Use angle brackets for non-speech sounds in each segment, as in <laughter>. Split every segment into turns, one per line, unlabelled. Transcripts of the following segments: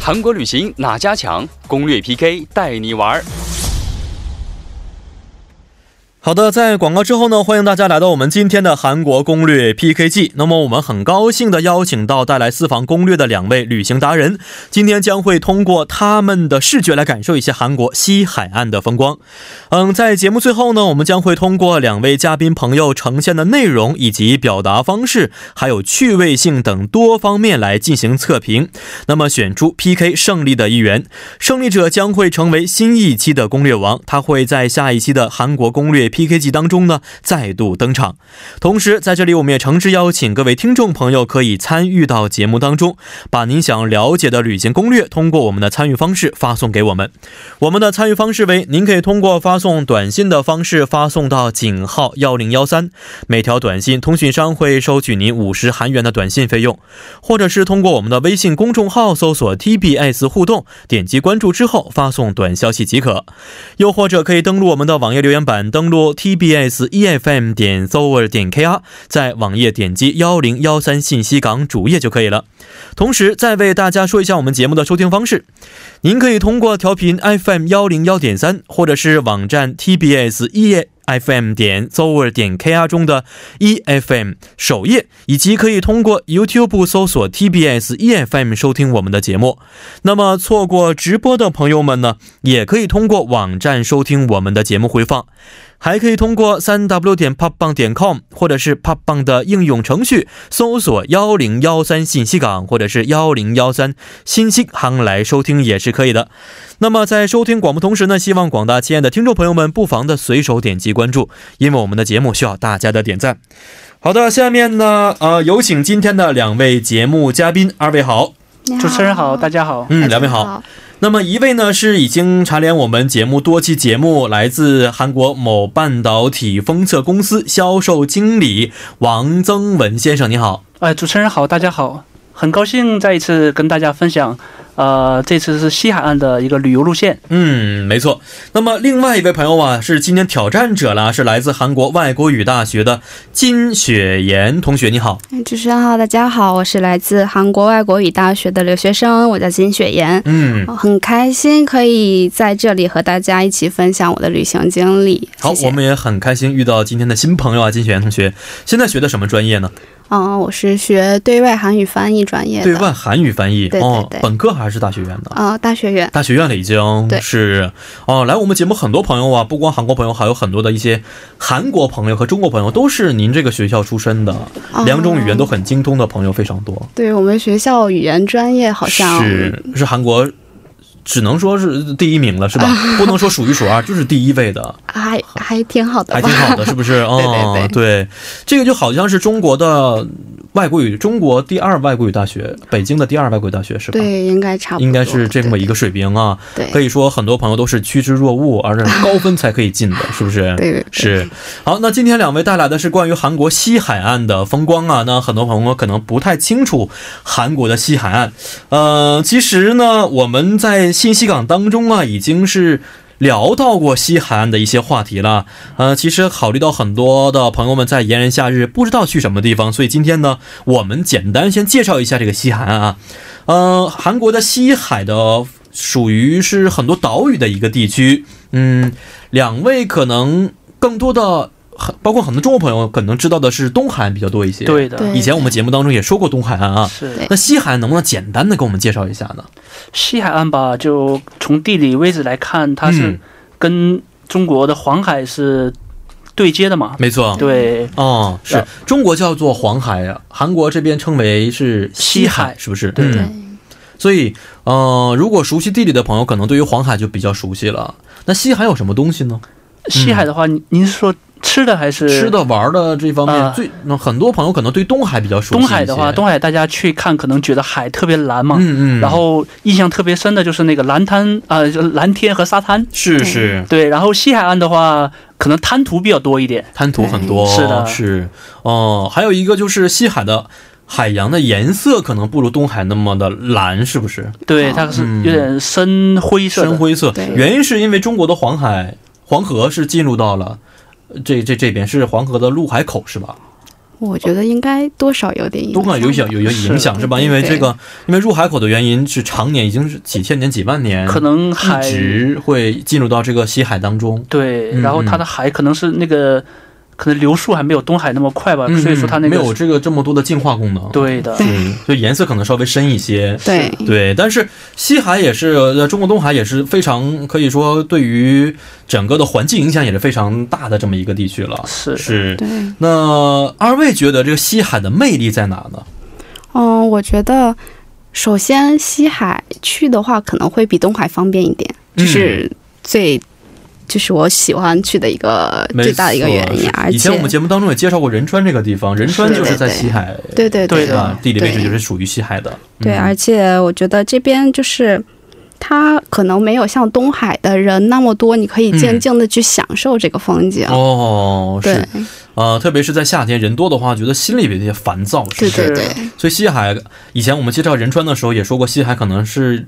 韩国旅行哪家强？攻略 PK 带你玩儿。
好的，在广告之后呢，欢迎大家来到我们今天的韩国攻略 PK 季。那么我们很高兴的邀请到带来私房攻略的两位旅行达人，今天将会通过他们的视觉来感受一下韩国西海岸的风光。嗯，在节目最后呢，我们将会通过两位嘉宾朋友呈现的内容以及表达方式，还有趣味性等多方面来进行测评。那么选出 PK 胜利的一员，胜利者将会成为新一期的攻略王，他会在下一期的韩国攻略 PK 季当中呢再度登场。同时，在这里我们也诚挚邀请各位听众朋友可以参与到节目当中，把您想了解的旅行攻略通过我们的参与方式发送给我们。我们的参与方式为：您可以通过发送短信的方式发送到井号幺零幺三，每条短信通讯商会收取您五十韩元的短信费用。或者是通过我们的微信公众号搜索 TBS 互动，点击关注之后发送短消息即可。又或者可以登录我们的网页留言板，登录 TBS EFM E 点 s o e r 点 KR，在网页点击幺零幺三信息港主页就可以了。同时，再为大家说一下我们节目的收听方式。您可以通过调频 FM 幺零幺点三，或者是网站 TBS E FM 点 z o w e r 点 KR 中的 EFM E 首页，以及可以通过 YouTube 搜索 TBS EFM E 收听我们的节目。那么错过直播的朋友们呢，也可以通过网站收听我们的节目回放。还可以通过三 w 点 p o p b a n g 点 com 或者是 p o p b a n g 的应用程序搜索幺零幺三信息港或者是幺零幺三新息行来收听也是可以的。那么在收听广播同时呢，希望广大亲爱的听众朋友们不妨的随手点击关注，因为我们的节目需要大家的点赞。好的，下面呢，呃，有请今天的两位节目嘉宾，二位好，
主持人好，大
家
家好。
嗯，两位好。，那么一位呢是已经蝉联我们节目多期节目，来自韩国某半导体封测公司销售经理王增文先生，你好。
呃，主持人好，大家好，很高兴再一次跟大家分享，呃，这次是西海岸的一个旅游路线。
嗯，没错。那么另外一位朋友啊，是今天挑战者啦，是来自韩国外国语大学的金雪妍同学，你好。
嗯主持人好，大家好，我是来自韩国外国语大学的留学生，我叫金雪妍。
嗯，
哦很开心可以在这里和大家一起分享我的旅行经历。
好，
谢谢
我们也很开心遇到今天的新朋友啊，金雪妍同学。现在学的什么专业呢？
嗯，我是学对外韩语翻译专业的，
对外韩语翻译。
对对
哦
对，
本科还是大学院的？
呃，大学院。
大学院了已经
对
是哦，来我们节目很多朋友啊，不光韩国朋友，还有很多的一些韩国朋友和中国朋友，都是您这个学校出身的，
哦
两种语言都很精通的朋友非常多。
对我们学校语言专业好像
是是韩国，只能说是第一名了，
<laughs>
是吧？不能说数一数二，就是第一位的，
还还挺好的
还
吧
挺？好的，是不
<laughs>
是？哦，
对对
对这个就好像是中国的外国语，中国第二外国语大学，北京的第二外国语大学是吧？
对，应该差不多，
应该是这么一
个
个水平啊。
对，
可
以，
以说很多朋友都是趋之若鹜，而是高分才可以进的，是不是？
对对对
是。好，那今天两位带来的是关于韩国西海岸的风光啊。那很多朋友可能不太清楚韩国的西海岸，呃，其实呢，我们在信息港当中啊，已经是。聊到过西海岸的一些话题了，呃，其实考虑到很多的朋友们在炎炎夏日不知道去什么地方，所以今天呢，我们简单先介绍一下这个西海岸啊。呃，韩国的西海的属于是很多岛屿的一个地区。嗯，两位可能更多的，很包括很多中国朋友可能知道的是东海岸比较多一些。，
对的，
对
以前我们节目当中也说过东海岸啊。
是
对
那西海岸能不能简单的给我们介绍一下呢？
西海岸吧？就从地理位置来看，它是
嗯
跟中国的黄海是对接的嘛？
没错。
对，
哦，是
啊
中国叫做黄海啊，韩国这边称为是西
西
海，
海
是不是？
对
嗯所以，呃，如果熟悉地理的朋友，可能对于黄海就比较熟悉了。那西海有什么东西呢？
西海的话，您您是说吃的还是
吃？的、玩的这方面，
啊
最那很多朋友可能对东海比较熟悉一
东
些。
海的话，东海大家去看，可能觉得海特别蓝嘛。
嗯嗯，
然后印象特别深的就是那个蓝滩，呃，就蓝天和沙滩。
是是
对，然后西海岸的话，可能滩涂比较多一点。
滩涂很多，
对嗯是的
是哦、还有一个就是西海的海洋的颜色可能不如东海那么的蓝，是不是？
对，
哦
它是
嗯
有点深灰色的。
深灰色
对，
原因是因为中国的黄海黄河是进入到了。呃这这这边是黄河的陆海口是吧？
我觉得应该多少有点影
都
响，
感有影有有影响
是
是吧？因为
对
这个，因为入海口的原因是常年已经是几千年、几万年，
可能海
一直会进入到这个西海当中。
对，
嗯
然后它的海可能是那个，可能流速还没有东海那么快吧，呃所以说它那
嗯没
个
有这个这么多的净化功能，
对的，
嗯，所以颜色可能稍微深一些。
对
对，但是西海也是，呃，中国东海也是非常可以说对于整个的环境影响也是非常大的这么一个地区了。
是
是，
对。
那二位觉得这个西海的魅力在哪呢？
嗯，我觉得首先西海去的话，可能会比东海方便一点，这、
嗯
是最，就是我喜欢去的一个
没
最大的一个
错
原因
是。
而
以前我们
且，
节目当中也介绍过仁川这个地方，仁川就是在西海，
对对
对
是
对
的
吧？地理位置
对
就是属于西海的。
对，
嗯
而且我觉得这边就是。它可能没有像东海的人那么多，你可以
嗯
静静的去享受这个风景。
哦，
对
是，呃，特别是在夏天人多的话，觉得心里有些烦躁，是
对
不是？嗯
对对，
所以西海以前我们介绍仁川的时候也说过，西海可能是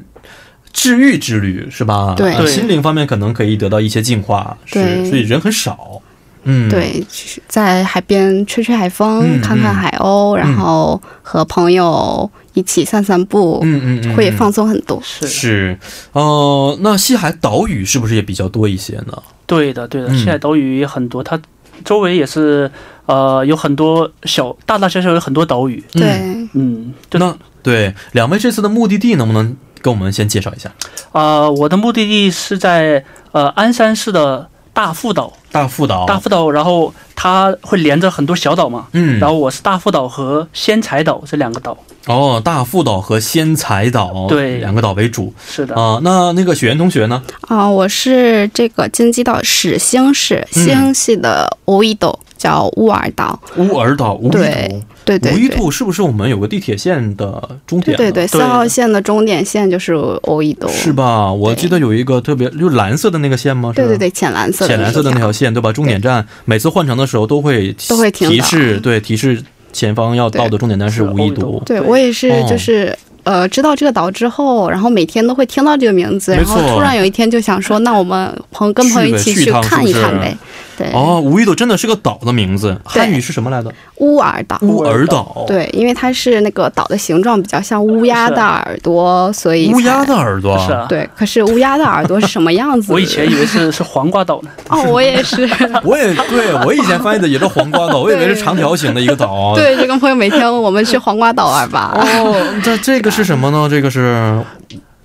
治愈之旅，是吧？
对
呃
对
心灵方面可能可以得到一些净化，是，
对
所以人很少，嗯，，
对，去在海边吹吹海风，
嗯
看看
嗯
海鸥，然
嗯
后和朋友一起散散步，
嗯嗯嗯，
会放松很多。
是，
是，呃，那西海岛屿是不是也比较多一些呢？
对的对的，
嗯
西海岛屿也很多，它周围也是呃有很多小大大小小有很多岛屿，
嗯
对。
嗯，就
那对两位这次的目的地能不能跟我们先介绍一下？
呃我的目的地是在呃鞍山市的大富岛，
大富岛，
大富岛，然后它会连着很多小岛嘛。
嗯，
然后我是大富岛和仙才岛这两个岛，
哦，大富岛和仙才岛，
对
两个岛为主
是的，
啊、那那个雪原同学呢？
啊、我是这个京畿岛始兴市
嗯
兴系的乌伊岛，叫乌尔岛。
乌尔岛，无
对
岛。
对对
五一
对，
兔是不是我们有个地铁线的终点
对
呢？
对对，四
对
号
的
线的终点线就是乌伊岛。
是吧？我
对
记得有一个特别就蓝色的那个线吗？是
对对对，浅蓝色的，
浅蓝色的那。条线对吧？终点站每次换乘的时候都会
都会停
提
的
示，对提示前方要到的终点站是
是
五一
欧洲
都。
对
对
我也是，
哦
就是、呃，知道这个岛之后，然后每天都会听到这个名字，
没
然后
错
突然有一天就
<laughs>
想说，那我们朋跟朋友一起
去呗去一
去
趟
看
是
一
不是
看呗。对，
哦，五一都真的是个岛的名字，
对
汉语是什么来着？
乌尔岛。
乌尔岛。，
对，因为它是那个岛的形状比较像乌鸦
是
的耳朵，所以
乌鸦
才
的耳朵。
是啊，
对，可是乌鸦的耳朵是什么样子？
我以前以
<laughs>
为是是黄瓜岛呢，
哦，我
<laughs>
也是，
我也对我以前翻译的也是黄瓜岛，我以为是长条形的一个岛。。啊
<laughs> 对，就跟朋友每天我们去黄瓜岛
<laughs>
玩吧。
哦，这这个是什么呢？这个是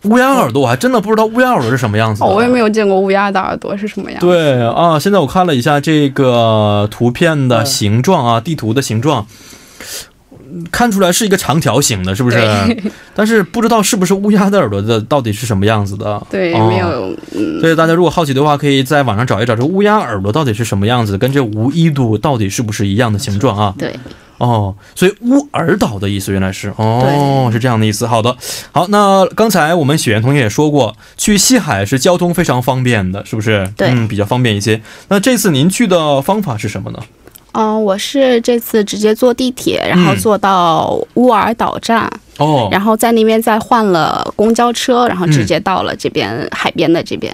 乌鸦耳朵，我还真的不知道乌鸦耳朵是什么样子的。
哦，我也没有见过乌鸦的耳朵是什么样。
对啊，现在我看了一下这个图片
嗯
的形状啊，地图的形状，看出来是一个长条形的，是不是？但是不知道是不是乌鸦的耳朵的到底是什么样子的。
对，
哦
没有，嗯，
所以大家如果好奇的话，可以在网上找一找这乌鸦耳朵到底是什么样子，跟这无一度到底是不是一样的形状啊？
对，
哦，所以乌尔岛的意思原来是哦，是这样的意思。好的，好，那刚才我们雪原同学也说过，去西海是交通非常方便的，是不是？
对
嗯，比较方便一些。那这次您去的方法是什么呢？
嗯，我是这次直接坐地铁，然后
嗯
坐到乌尔岛站，
哦，
然后在那边再换了公交车，然后直
嗯
接到了这边、海边的这边，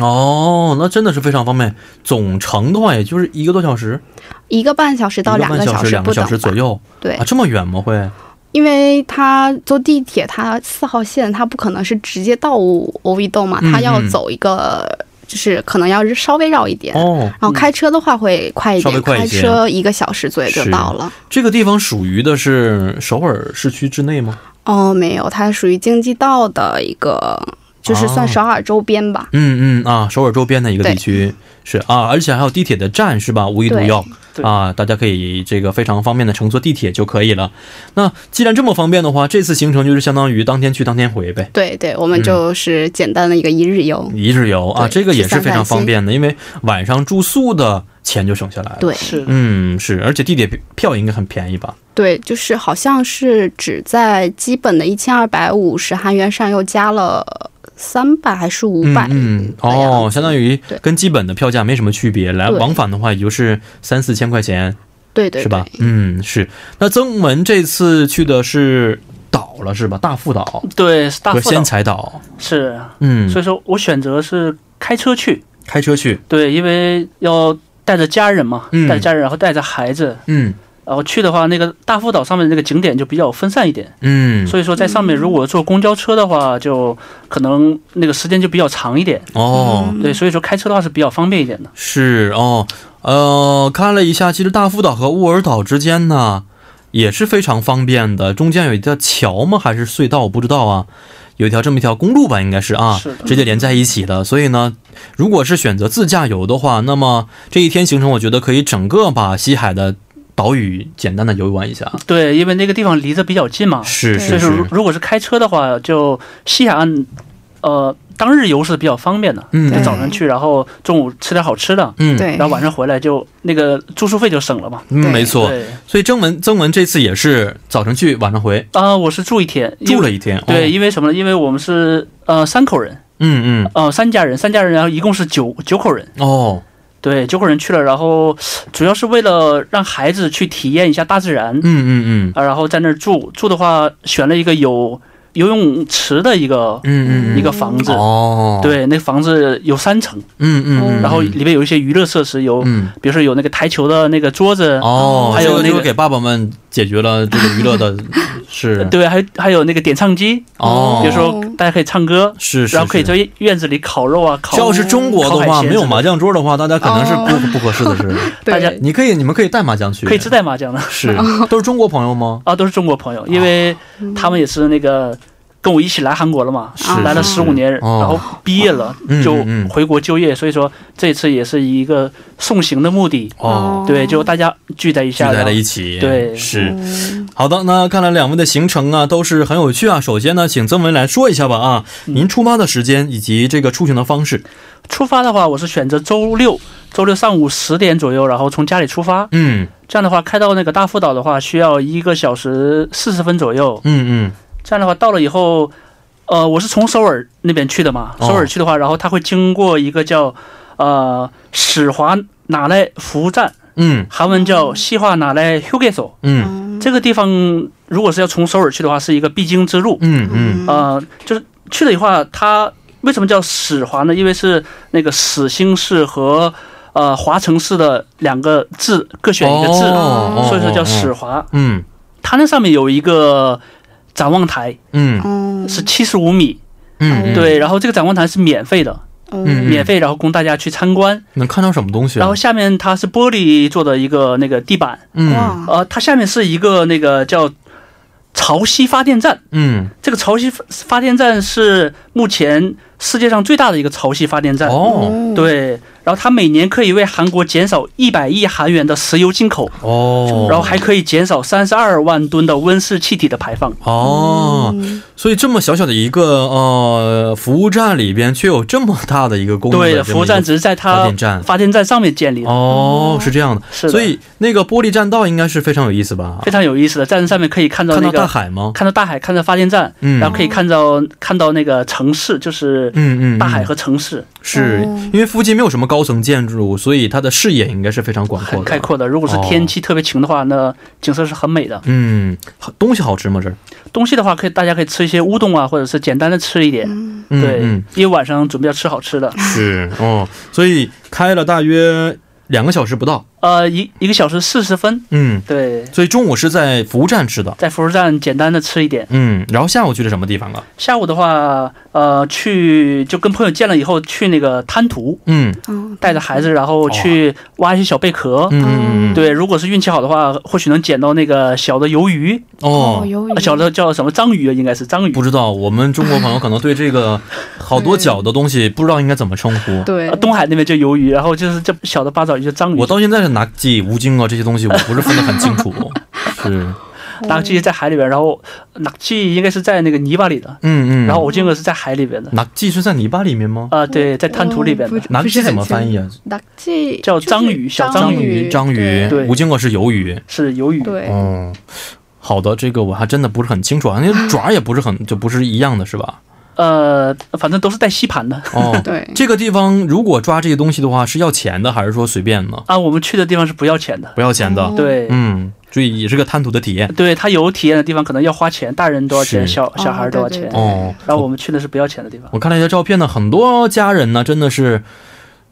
哦，那真的是非常方便。总程的话，也就是一个多小时，
一个半小时到
一个
两
半小
小时
两
不
个
等
小
吧。
时左右
对
啊，，这么远吗？会？
因为他坐地铁，他四号线他不可能是直接到欧一洞嘛，
嗯
他要
嗯
走一个，就是可能要稍微绕一点。
哦，
然后开车的话会快一
稍微
点，
快一
开
些
车一个小时左右就是到了。
这个地方属于的是首尔市区之内吗？
哦，没有，它属于京畿道的一个，就是
哦
算首尔周边吧。
嗯嗯啊，首尔周边的一个地区是啊，而且还有地铁的站是吧？无一独有
对对
啊，大家可以这个非常方便的乘坐地铁就可以了。那既然这么方便的话，这次行程就是相当于当天去当天回呗。
对对，我们
嗯
就是简单的一个一日游。
一日游啊，
对
这个也
去
是
散
非常
散心
方便的，因为晚上住宿的钱就省下来了。，
对
是
嗯，是，而且地铁票应该很便宜吧？
对，就是好像是只在基本的一千二百五十韩元上又加了三百还是五百、
嗯嗯哦，相当于
对
跟基本的票价没什么区别，来
对
往返的话也就是三四千块钱，
对对对
是吧？嗯，是。那曾文这次去的是岛了，是吧？大富岛
对，是大
和
富
仙
岛
才岛。
是，
嗯
所，以说我选择是开车去，
开车去。
对，因为要带着家人嘛，
嗯
带着家人，然后带着孩子，
嗯，
然后去的话，那个大富岛上面那个景点就比较分散一点，
嗯，
所以说在上面如果坐公交车的话，就可能那个时间就比较长一点。
哦，
嗯
对，所以嗯说开车的话是比较方便一点的。
是哦，呃，看了一下，其实大富岛和沃尔岛之间呢也是非常方便的，中间有一条桥吗？还是隧道？我不知道啊。有一条这么一条公路吧，应该是啊，
是的
直接连在一起的。所以呢，如果是选择自驾游的话，那么这一天行程，我觉得可以整个把西海的岛屿简单的游玩一下。
对，因为那个地方离着比较近嘛，
是
对
所
是
以说如
是，
哦如果是开车的话，就西海岸，呃，当日游是比较方便的。
嗯
就早上去，然后中午吃点好吃的，
嗯，
对，
然后晚上回来就那个住宿费就省了嘛。
嗯，
对
没错。
对，
所以征文征文这次也是早上去，晚上回，
啊、我是住一天，因
住
为
了一天。
对，
哦，
因为什么呢？因为我们是呃三口人，
嗯嗯，
呃三家人，三家人，然后一共是九九口人，
哦，
对，九口人去了，然后主要是为了让孩子去体验一下大自然，
嗯嗯嗯。
啊，然后在那儿住，住的话选了一个有游泳池的一个、
嗯嗯嗯，
一个房子，
哦，，
对，那房子有三层，
嗯嗯嗯，
然后里面有一些娱乐设施，有、
嗯。
比如说有那个台球的那个桌子，
哦，
还有那个
这就是给爸爸们解决了这个娱乐
<laughs>
的，是
对，还有还有那个点唱机，
哦，
比如说大家可以唱歌，
是是，
然后可以在
是
院子里烤肉啊，烤
这要是中国的
烤
话，
海鲜
没有麻将桌的话，大家可能是不不合适的 <laughs> 是，
对
大家
你可以你们可以带麻将去，
可以自带麻将的
是都是中国朋友吗？
啊，都是中国朋友，因为他们也是那个跟我一起来韩国了嘛，
哦是
来了
是
十五年，
哦
然后毕业了
嗯
就
嗯嗯
回国就业，所以说这次也是以一个送行的目的，
哦，嗯
对，就大家聚在一
聚
下，
在了一
起，
起，
对
是好的。那看来两位的行程啊都是很有趣啊。首先呢，请曾文来说一下吧啊，
嗯
您出发的时间以及这个出行的方式。
出发的话，我是选择周六，周六上午十点左右，然后从家里出发，
嗯
这样的话开到那个大富岛的话，需要一个小时四十分左右，
嗯嗯，
这样的话，到了以后，呃，我是从首尔那边去的嘛，
哦
首尔去的话，然后它会经过一个叫呃史华拿来服务站，
嗯
韩文叫西化拿来 hugeso。
嗯
这个地方如果是要从首尔去的话，是一个必经之路。
嗯嗯，
呃，就是去了以后啊，它为什么叫史华呢？因为是那个始兴市和呃华城市的两个字各选一个字，
哦
所以说叫史
是，
华。
嗯
它那上面有一个展望台，
嗯
嗯，
是七十五米。
嗯，
对，然后这个展望台是免费的，
嗯
免费，然后供大家去参观。
能看到什么东西啊？
然后下面它是玻璃做的一个那个地板，
嗯
哇，
呃，它下面是一个那个叫潮汐发电站。
嗯
这个潮汐发发电站是目前世界上最大的一个潮汐发电站。
哦
哦，
嗯对，然后它每年可以为韩国减少一百亿韩元的石油进口，
哦，
然后还可以减少三十二万吨的温室气体的排放。
哦，
嗯
嗯
所以这么小小的一个呃服务站里边，却有这么大的一个功能
对
的
的，
这
服
么
务
一个
站只是在
发
它
电站
发电站上面建立的，
哦，是这样的，
是的，
所以那个玻璃栈道应该是非常有意思吧
非？常有意思的，站上面可以看到
看
那
到大
个
海吗？
看到大海，看到发电站，
嗯
然后可以看到看到那个城市，就是
嗯嗯，
大海和哦城市
是因为附近没有什么高层建筑，所以它的视野应该是非常广阔
很
的。
开阔的。如果是
哦
天气特别晴的话，那景色是很美的。
嗯，东西好吃吗？这儿？
东西的话，可以大家可以吃一些乌冬啊，或者是简单的吃一点。
嗯
对
嗯，，
因为晚上准备要吃好吃的，
是哦，所以开了大约两个小时不到。
呃，一一个小时四十分，
嗯，
对，
所以中午是在服务站吃的。
在服务站简单的吃一点。
嗯，然后下午去了什么地方啊？
下午的话，呃，去就跟朋友见了以后，去那个滩涂，
嗯
嗯
带着孩子，然后去挖一些小贝壳。
哦嗯嗯嗯，
对，如果是运气好的话，或许能捡到那个小的鱿鱼。
哦，
鱿
呃
鱼，
小的叫什么章鱼啊，应该是章鱼
不。知道我们中国朋友可能对这个好多角的东西不知道应该怎么称呼。
对
呃，东海那边就鱿鱼，然后就是这小的八爪鱼就章鱼。
我到现在是拿记吴京啊这些东西，我不是分得很清
<laughs>
楚。是，
낙지在海里边，然后낙지应该是在那个泥巴里的，
嗯嗯。嗯
然后我金哥是在海里边的。
拿记是在泥巴里面吗？
啊，对，在滩涂里
哦
边的。
拿记怎么翻译
啊？
啊？
낙지
叫章鱼小章
鱼，章鱼
对，
吴京我是鱿鱼。
是鱿鱼。
对，，
哦，好的，这个我还真的不是很清楚啊，那爪也不是很，就不是一样的，是吧？
呃，反正都是带吸盘的。
哦
对，
这个地方如果抓这些东西的话，是要钱的还是说随便呢？
啊，我们去的地方是不要钱的。
不要钱的，
对，
嗯，所以也是个贪图的体验
对，它有体验的地方可能要花钱，大人多少钱，
是
小小孩多少
哦
钱
对对。对
哦。
然后我们去的是不要钱的地方。
我看了一下照片呢，很多家人呢真的是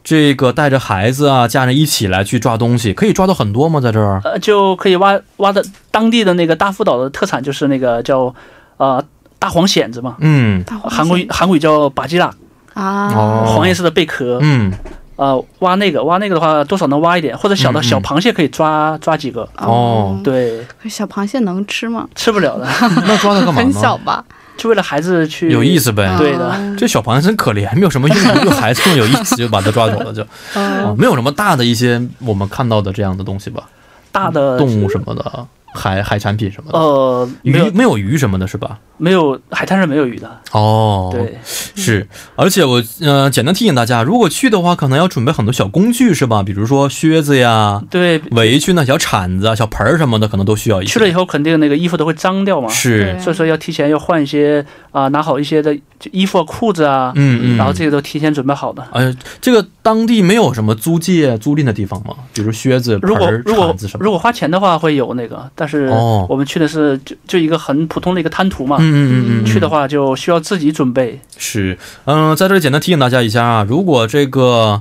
这个带着孩子啊、家人一起来去抓东西，可以抓到很多吗？在这儿？
呃，就可以挖挖的当地的那个大富岛的特产就是那个叫呃大黄蚬子嘛，
嗯
大黄
韩国
蟹
语韩国语叫巴吉拉，
啊，
哦
黄叶似的贝壳，
嗯，
呃，挖那个挖那个的话，多少能挖一点，或者小的
嗯嗯
小螃蟹可以抓抓几个，
哦
对，
嗯可是小螃蟹能吃吗？
吃不了的，
那抓它干嘛
很小
呢？
吧？
就为了孩子去
有意思呗。
对的
啊
这小螃蟹真可怜，没有什么用，就孩子更有意思，就把它抓走了，就、啊
哦
没有什么大的一些我们看到的这样的东西吧，
大的
动物什么的，海海产品什么的，
呃
鱼
没有
没有鱼什么的，是吧？
没有海滩上没有鱼的，
哦，
对，嗯
是，而且我呃，简单提醒大家，如果去的话，可能要准备很多小工具，是吧？比如说靴子呀、
对，
围裙呐、小铲子啊、小盆儿什么的，可能都需要一些。
去了以后肯定那个衣服都会脏掉嘛，
是，
对
所以说要提前要换一些啊、拿好一些的就衣服啊、裤子啊，
嗯嗯
然后这些都提前准备好的。
哎，这个当地没有什么租借、租赁的地方吗？比如靴子、盆
如果
儿、
如果
铲子什么的？
如果花钱的话会有那个，但是
哦
我们去的是就就一个很普通的一个滩涂嘛，
嗯嗯嗯嗯，
去的话就需要自己准备。
是，嗯、在这里简单提醒大家一下啊，如果这个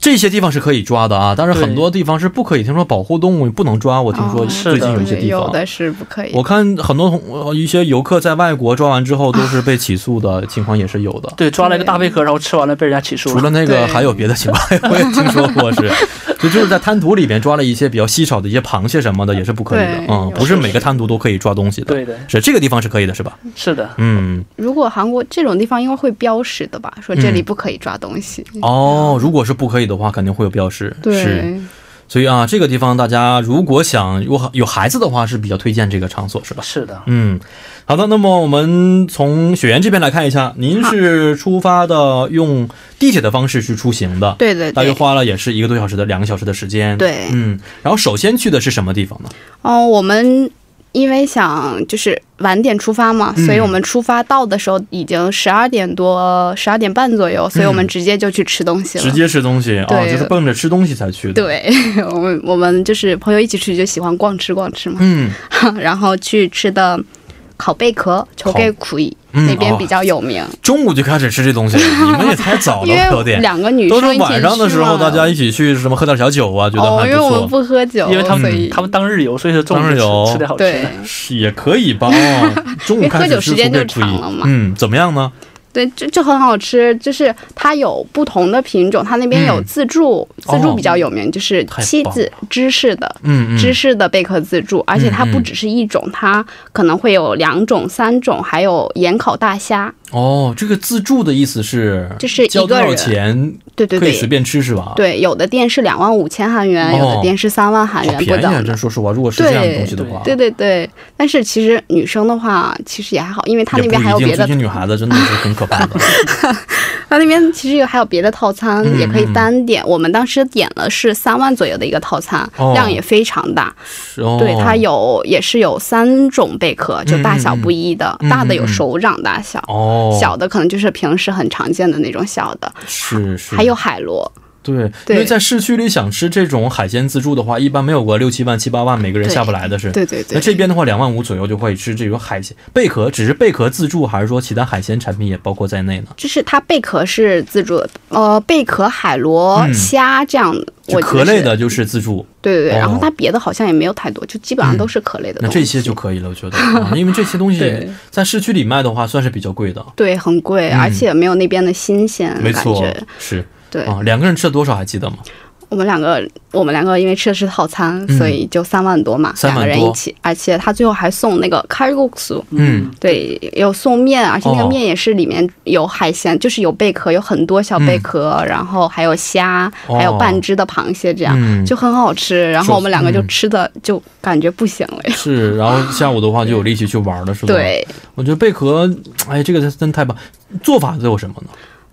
这些地方是可以抓的啊，但是
对
很多地方是不可以。听说保护动物不能抓，我听说
哦
是
最
的
近有一些
对
地
有
方。
的是不可以
我看很多同呃一些游客在外国抓完之后都是被起诉的情况也是有
<laughs>
的，
对，抓了一个大贝壳，然后吃完了被人家起诉
嗯除了那个
对
还有别的情况， <laughs> 我也听说过是，就就是在滩涂里边抓了一些比较稀少的一些螃蟹什么的也是不可以的
对，
嗯，
有
不是
的
每个
是
滩涂都可以抓东西的，
对的，
是这个地方是可以的是吧？
是的，
嗯，
如果韩国这种地方应该会标识的吧，说这里不可以抓东西。
哦，如果是不可以的话，肯定会有标识，是。
嗯对，
所以啊，这个地方大家如果想有有孩子的话，是比较推荐这个场所，是吧？
是的。
嗯，好的。那么我们从雪原这边来看一下，您是出发的用地铁的方式去出行的，
对对
大约
对。
花了也是一个多小时的两个小时的时间。，
对，
嗯。然后首先去的是什么地方呢？
嗯，我们因为想就是晚点出发嘛，
嗯
所以我们出发到的时候已经十二点多、十二点半左右，所以我们直接就去吃东西
嗯
了。
直接吃东西啊、
对
就是奔着吃东西才去的。，
对 <laughs> 我们，我们就是朋友一起去就喜欢逛吃逛吃嘛，
嗯
<laughs> 然后去吃的烤贝壳、球盖苦以
嗯，
那边
哦
比较有名，
中午就开始吃这东西，你们也太早
<laughs> 因
了，有
为
点。
两个女
都
生
是
一起
晚上的时候，
去嘛
大家一起去什么喝点小酒啊，觉得
哦，
还
因为我
不错，
们不喝酒，
因为他
所
们
以
他们当日游，所以说中午
当日
就
游
吃吃点好吃
对
的。
是也可以
<laughs>
吧。中午开
因为喝
始
酒
吃
时间
苏贝
就
普伊
长了嘛
嗯，怎么样呢？
对，就就很好吃，就是它有不同的品种，它那边有
嗯
自助，
哦
自助比较有名，就是
太
七
棒
子芝士的。
嗯嗯，嗯
芝士的贝壳自助，而且它不只是一种，它可能会有两种、三种，还有盐烤大虾。
哦，这个自助的意思是，
就是一
交多
个
少
人
钱
对对
可以随
对，
便吃是吧？，
对，有的店是两万五千韩元，
哦
有的店是三万韩
好
元不
便宜啊！
等的
真。说实话，如果是这样的东西的话，
对对对，但是其实女生的话，其实也还好，因为它那边还有
也不一
别
定，
的
这些女孩子真的是很可怕
<laughs>
的。
它那边其实有还有别的套餐，
嗯
也可以单点。我们当时点了是三万左右的一个套餐，
哦
量也非常大。
是哦、
对，它有也是有三种贝壳，就大小不一的，
嗯嗯嗯
大的有手掌大小，
哦，
小的可能就是平时很常见的那种小的，
是是，
还有海螺。
对，
对
因为在市区里想吃这种海鲜自助的话，一般没有个六七万、七八万，每个人
对
下不来的是。
对对对，
那这边的话，两万五左右就可以吃这种海鲜贝壳，只是贝壳自助，还是说其他海鲜产品也包括在内呢？
就是它贝壳是自助的，呃，贝壳、海螺、
嗯
虾这样，
就
我觉
壳
得
类
是，
的就是自助，
对对对。
哦嗯
然后它别的好像也没有太多，就基本上都是壳类的
那
东西。
这些就可以了，我
<laughs>
觉得，啊因为这些东西
对
在市区里卖的话，算是比较贵的。
对很贵，
嗯
而且没有那边的新鲜
没
嗯感
错
觉。，
是
对，
啊，两个人吃了多少还记得吗？
我们两个，我们两个因为吃的是套餐，
嗯
所以就三万多嘛，
3万多
两个人一起，而且他最后还送那个 cargo 酥，
嗯，
对，有送面，而且那
哦
个面也是里面有海鲜，就是有贝壳，有很多小贝壳，然后还有虾，
嗯哦
还有半只的螃蟹，这样、
嗯
啊就很好吃。然后我们两个就
嗯
吃的就感觉不行了呀。
是，然后下午的话就有力气去玩了，是吧？，
对，
我觉得贝壳，哎，这个真太棒。做法都有什么呢？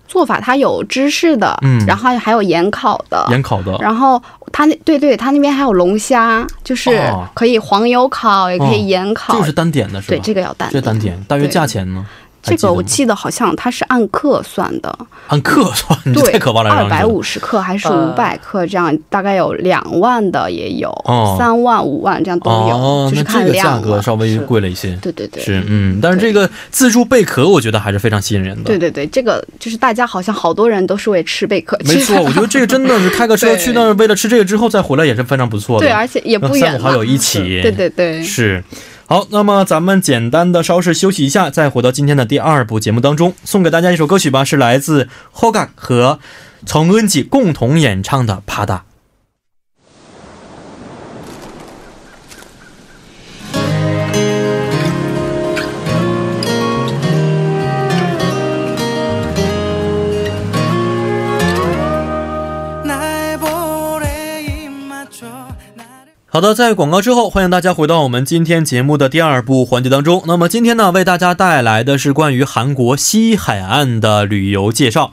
做法它有芝士的，
嗯
然后还有盐烤的，
盐烤的，
然后他那对对，他那边还有龙虾，就是
哦
可以黄油烤，也可
哦
以盐
这
烤。
个是单点的，是
对，
吧？
这个要单。
这单点，大约
对
价钱呢？
这
还记
个
得吗
我记得好像它是按克算的，
按克
<laughs>
算，你这
对
太可怕了，让
二
人觉
百
得
五十克还是
呃
五百克这样，大概有两万的也有
哦，
三万、五万这样都有，
哦，那
就是
这
看
个价
量
格
了。
稍微
是
贵了一些，
对对对，
是嗯，但是这个自助贝壳我觉得还是非常吸引人的。
对对对，这个就是大家好像好多人都是为吃贝壳去的，
没错，我觉得这个真的是开个车
对
去那儿，为了吃这个之后再回来也是非常不错的。
<laughs> 对，而且也
那
不
三
远
五好友
嘛。
一起，
对对对，
是。好，那么咱们简单的稍事休息一下，再回到今天的第二部节目当中，送给大家一首歌曲吧，是来自 Hogak 和从恩吉共同演唱的《啪嗒》。
날 보래 입맞춰 나를
好的，在广告之后，欢迎大家回到我们今天节目的第二部环节当中。那么今天呢，为大家带来的是关于韩国西海岸的旅游介绍。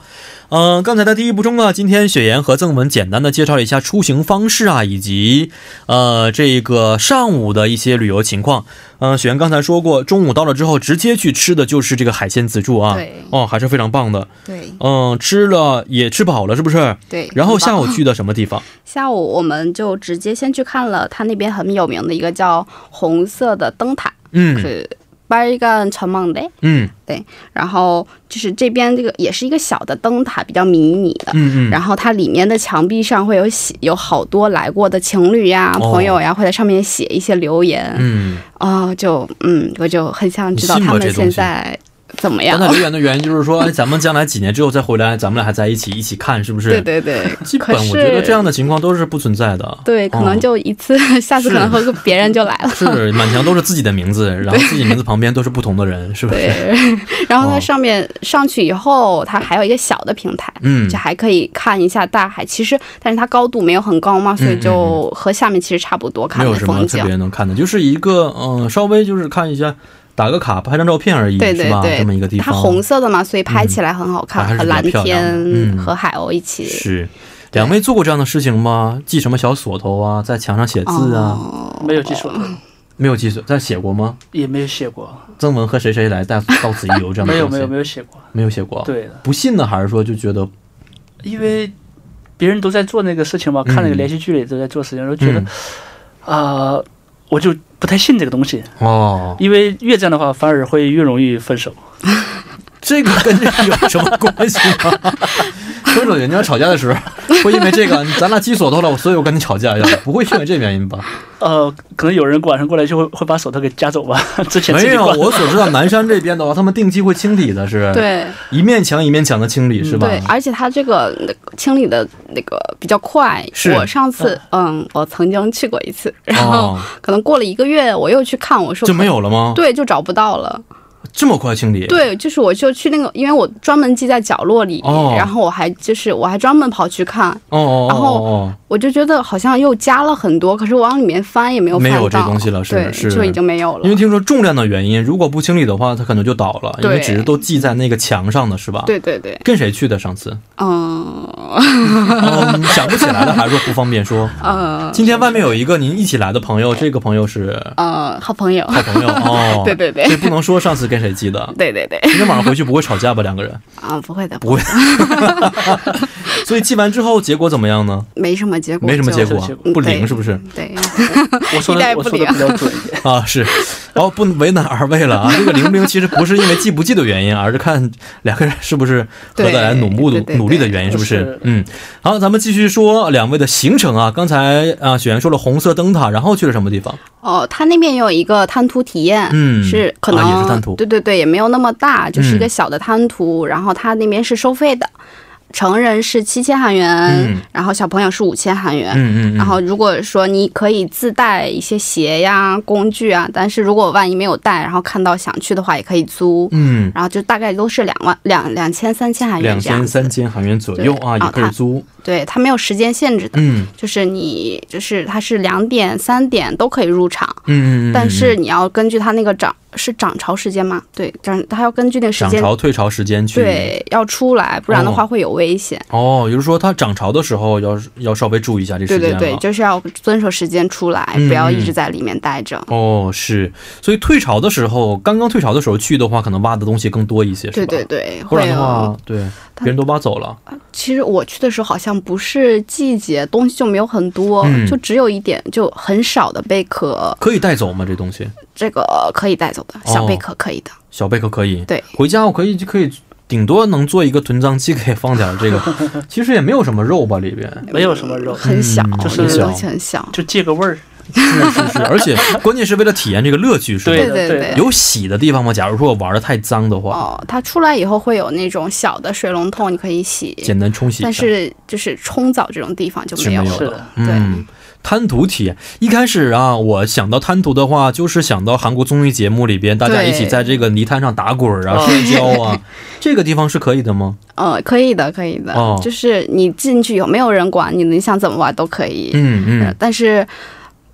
嗯、刚才在第一部中啊，今天雪岩和曾文简单的介绍了一下出行方式啊，以及呃这个上午的一些旅游情况。嗯、雪岩刚才说过，中午到了之后，直接去吃的就是这个海鲜自助啊
对，
哦，还是非常棒的。
对
嗯、吃了也吃饱了，是不是？
对。
然后下
午
午去的什么地方？
下午我们就直接先去看了它那边很有名的一个叫红色的灯塔，
嗯
是巴尔干长芒的。
嗯
然后就是这边这个也是一个小的灯塔，比较迷你的。
嗯嗯，
然后它里面的墙壁上会有写有好多来过的情侣呀、
哦
朋友呀，会在上面写一些留言。
嗯。
啊、就嗯，我就很想知道
你信吗
他
这东
们
西哦
现在怎么样
刚。才留言的原因就是说，哎，咱们将来几年之后再回来，咱们俩还在一起，一起看，是不是？
对。对对，
基本
可是
我觉得这样的情况都是不存在的。
对，可能就一次，下次可能和个别人就来了。
是满墙都是自己的名字，然后自己名字旁边都是不同的人，是不
对
是？，
然后
哦
它上面上去以后，它还有一个小的平台，
嗯
就还可以看一下大海。其实，但是它高度没有很高嘛，所以就和下面其实差不多，
嗯没
看
有
的
什么
风
特
景。
别能看的，就是一个嗯、呃稍微就是看一下，打个卡，拍张照片而已，
对对
是吧？
对
这么一个地
它
方。
红色的嘛，所以拍起来很好
嗯
看，
还是
和
比较
蓝
漂亮
天、
的嗯
和海鸥一起。
是。两位做过这样的事情吗？系什么小锁头啊，在墙上写字啊？
哦
嗯没有技术，
没有系锁，在写过吗？
也没有写过，
曾文和谁谁来到到此一游这样的
没有
东西？
没有没有写过。
没有写过。，
对的，
不信呢，还是说就觉得
因为别人都在做那个事情嘛，看那个连续剧里都在做事情，然后觉得
嗯
啊、我就不太信这个东西，
哦，
因为越这样的话，反而会越容易分手。
这个跟这个有什么关系吗？ <laughs> 分手人家吵架的时候会因为这个，咱俩鸡锁头了，所以我跟你吵架一样，不会因为这原因吧？ <laughs>
呃，可能有人晚上过来就会会把手套给夹走吧。之前自
没
己
有，
挂
我所知道南山这边的话，他们定期会清理的是，，
对
一面墙一面墙的清理是吧？哦
对，而且它这个那个清理的那个比较快。
是
我上次嗯，我曾经去过一次，然后
哦，
可能过了一个月，我又去看，我说
就没。有了吗？，
对，就找不到了。
这么快清理？，
对，就是我就去那个，因为我专门记在角落里，
哦
然后我还就是我还专门跑去看，
哦哦
然
哦
后
哦
我就觉得好像又加了很多，可是我往里面翻也没有
没
翻到，
有这东西了是
对，
是
就已经没有
哦，
了，
因为听说重量的原因，如果不清理的话，它可能就倒了，因为
对
只是都系在那个墙上的是吧？。
对对对，
跟谁去的上次？
嗯
哦，想不起来了，还是说不方便
<laughs>
说？
呃
今天外面有一个您一起来的朋友，这个朋友是
呃，好朋友，
好朋友哦。
<laughs> 对对对
所以不能说上次跟谁记的。
对对对，
今天晚上回去不会吵架吧？两个人。
啊，不会的，
不会所以记完之后结果怎么样呢？
没什么结果，
没什么结
就
果
就，
不灵
对
是不是？
对，
我说
一
的
代
我
不
说的
灵
比较准一点。
啊，是。哦，不为难二位
<laughs>
了啊。这个灵不灵其实不是因为记不记的原因，而是看两个人是不是合得来、
对
努不努
对对对
努力的原因，是不是
是？
嗯。好，咱们继续说两位的行程啊。刚才啊，雪原说了红色灯塔，然后去了什么地方？
哦，他那边也有一个贪图体验，
嗯
是可能、
啊也是贪图
对对对，也没有那么大，就是一
嗯
个小的贪图，然后他那边是收费的，成人是七千韩元，
嗯
然后小朋友是五千韩元。
嗯嗯嗯。
然后，如果说你可以自带一些鞋呀、工具啊，但是如果万一没有带，然后看到想去的话，也可以租。
嗯，
然后就大概都是两万、两两千、三千韩元
两
这样
千
子。
三千韩元左右啊，
对
也可以
啊
租。
对，它没有时间限制的，
嗯
就是你就是它是两点、三点都可以入场，
嗯嗯嗯。嗯
但是你要根据他那个长是涨潮时间嘛？对，涨它要根据那个时
涨
间，
潮退潮时间去。
对，要出来，不然的话
哦
会有危险。
哦，也就是说它涨潮的时候要要稍微注意一下这时
对
间
对
了。
对，就是要遵守时间出来，
嗯
不要一直在里面待着。
哦，是，所以退潮的时候，刚刚退潮的时候去的话，可能挖的东西更多一些，是
对
吧？
对对，
不
会
然的
有。
话，对，
它
别人都挖走了。
其实我去的时候好像不是季节，东西就没有很多，
嗯
就只有一点，就很少的贝壳，
可以带走吗？这东西，
这个可以带走的，小
哦
贝壳可以的。
小贝壳可以。
对，
回家我可以就可以，顶多能做一个囤脏器，可以放点儿这个，
<laughs>
其实也没有什么肉吧里边。
<laughs> 没有什么肉，
很小，
嗯
就是
那个东西很小。
就借个味儿。
是是是，而且关键是为了体验这个乐趣，是吧？
对
对的
对
对
对。
有洗的地方吗？假如说我玩的太脏的话，
哦，它出来以后会有那种小的水龙头，你可以洗，
简单冲洗一下。
但是就是冲澡这种地方就没有
是
了。
没
是
有
的，
对
嗯，贪图体验。一开始啊，我想到贪图的话，就是想到韩国综艺节目里边，大家一起在这个泥滩上打滚儿啊、
哦
摔跤
<laughs>
啊，这个地方是可以的吗？
呃，可以的，可以的，
哦
就是你进去有没有人管你，你想怎么玩都可以。
嗯
呃
嗯，
但是，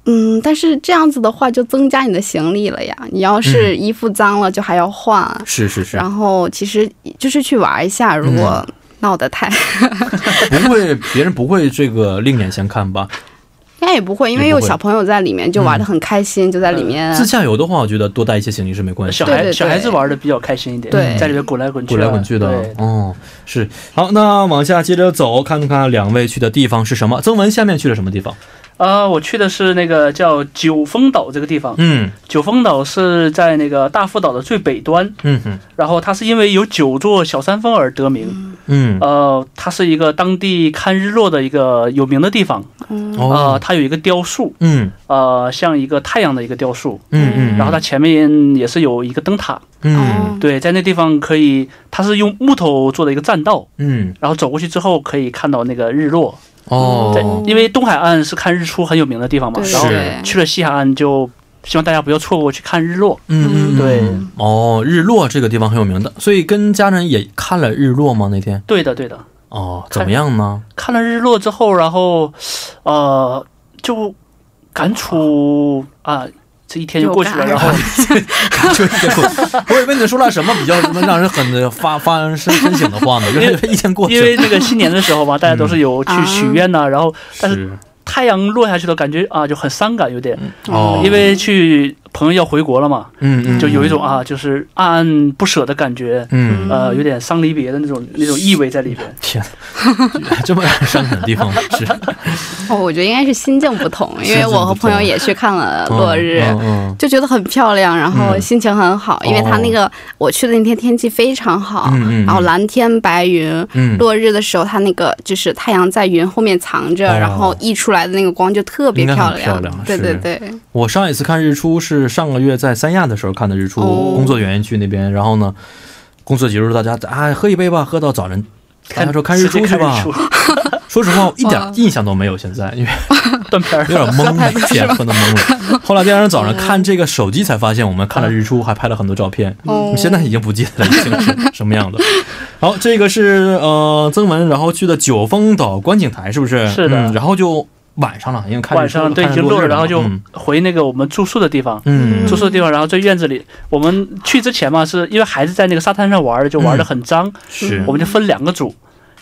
嗯，但是这样子的话就增加你的行李了呀。你要是衣服脏了，就还要换。
是是嗯是，嗯
然后其实就是去玩一下，如果闹得太，
不会，别人不会这个另眼相看吧？
应该也不会，因为
也不
有
会嗯
小朋友在里面就玩得很开心，就在里面。啊
自驾游的话，我觉得多带一些行李是没关系
小
的。
嗯
孩
对对对
小孩子玩的比较开心一点，
对
在里面滚来滚去啊，
滚来滚去的
对，
哦，是好，那往下接着走，看看两位去的地方是什么。曾文下面去了什么地方？
呃，我去的是那个叫九峰岛这个地方。
嗯
九峰岛是在那个大富岛的最北端，
嗯哼
然后它是因为有九座小山峰而得名。
嗯，
呃，它是一个当地看日落的一个有名的地方。呃，
哦，
它有一个雕塑，
嗯
呃，像一个太阳的一个雕塑。
嗯嗯，
然后它哦前面也是有一个灯塔，
哦
嗯
对，在那地方可以，它是用木头做的一个栈道，
嗯
然后走过去之后可以看到那个日落。
哦，
对，因为东海岸是看日出很有名的地方嘛，
对
然后
对
去了西海岸就希望大家不要错过去看日落。
嗯，嗯
对
嗯哦，日落这个地方很有名的，所以跟家人也看了日落吗？那天
对的，对的，
哦，
看
怎么样呢？
看了日落之后，然后呃，就感触啊，这一天就过去了，
<laughs>
有
然
感
后
就这个 <laughs> 我以为你说了什么比较什么让人很发 <laughs> 发人深深省的话呢， <laughs> 因为一天过去
因
了
为那个新年的时候
<laughs>
嘛，大家都是有去许愿
嗯
呐、然后但是
是
太阳落下去了，感觉啊就很伤感，有点，
哦，
嗯因为去朋友要回国了嘛，
嗯嗯
就有一种啊就是暗暗不舍的感觉。
嗯，
呃，有点伤离别的那种那种意味在里边。
天， <laughs> 这么让人伤感的地方
<laughs>
是，
哦，我觉得应该是心境不同，因
心
为
境
我
不
和朋友
同
也去看了落日。
嗯嗯
就觉得很漂亮，然后
嗯哦
心情很好，因为它那个我去的那天天气非常好，
嗯嗯嗯
然后蓝天白云。
嗯，
落日的时候，它那个就是太阳在云后面藏着，
哦
然后溢出来的那个光就特别漂
应该很漂亮
对
是嗯
对对，
我上一次看日出是上个月在三亚的时候看的日出，
哦
工作原因去那边，然后呢，工作结束大家啊喝一杯吧，喝到早晨。大家说看日
<laughs>
出去吧
直，接看
说实话我一点印象都没有，现在因为
日出断片儿
有点懵了，一点喝的懵了。后来第二天早上看这个手机才发现，我们看了日出，还拍了很多照片。
哦
现在已经不记得了，已经是什么样的。好，这个是呃曾文，然后去的九峰岛观景台，是不是？
是的
嗯然后就晚上了，因为看日
晚
出
上对已
看
经
落
落
日
了，
了
然后
嘛
就
嗯
回那个我们住宿的地方。
嗯
住宿的地方，然后在院子里，我们去之前嘛，是因为孩子在那个沙滩上玩儿，就
嗯
玩的很脏，
是
我们就分两个组，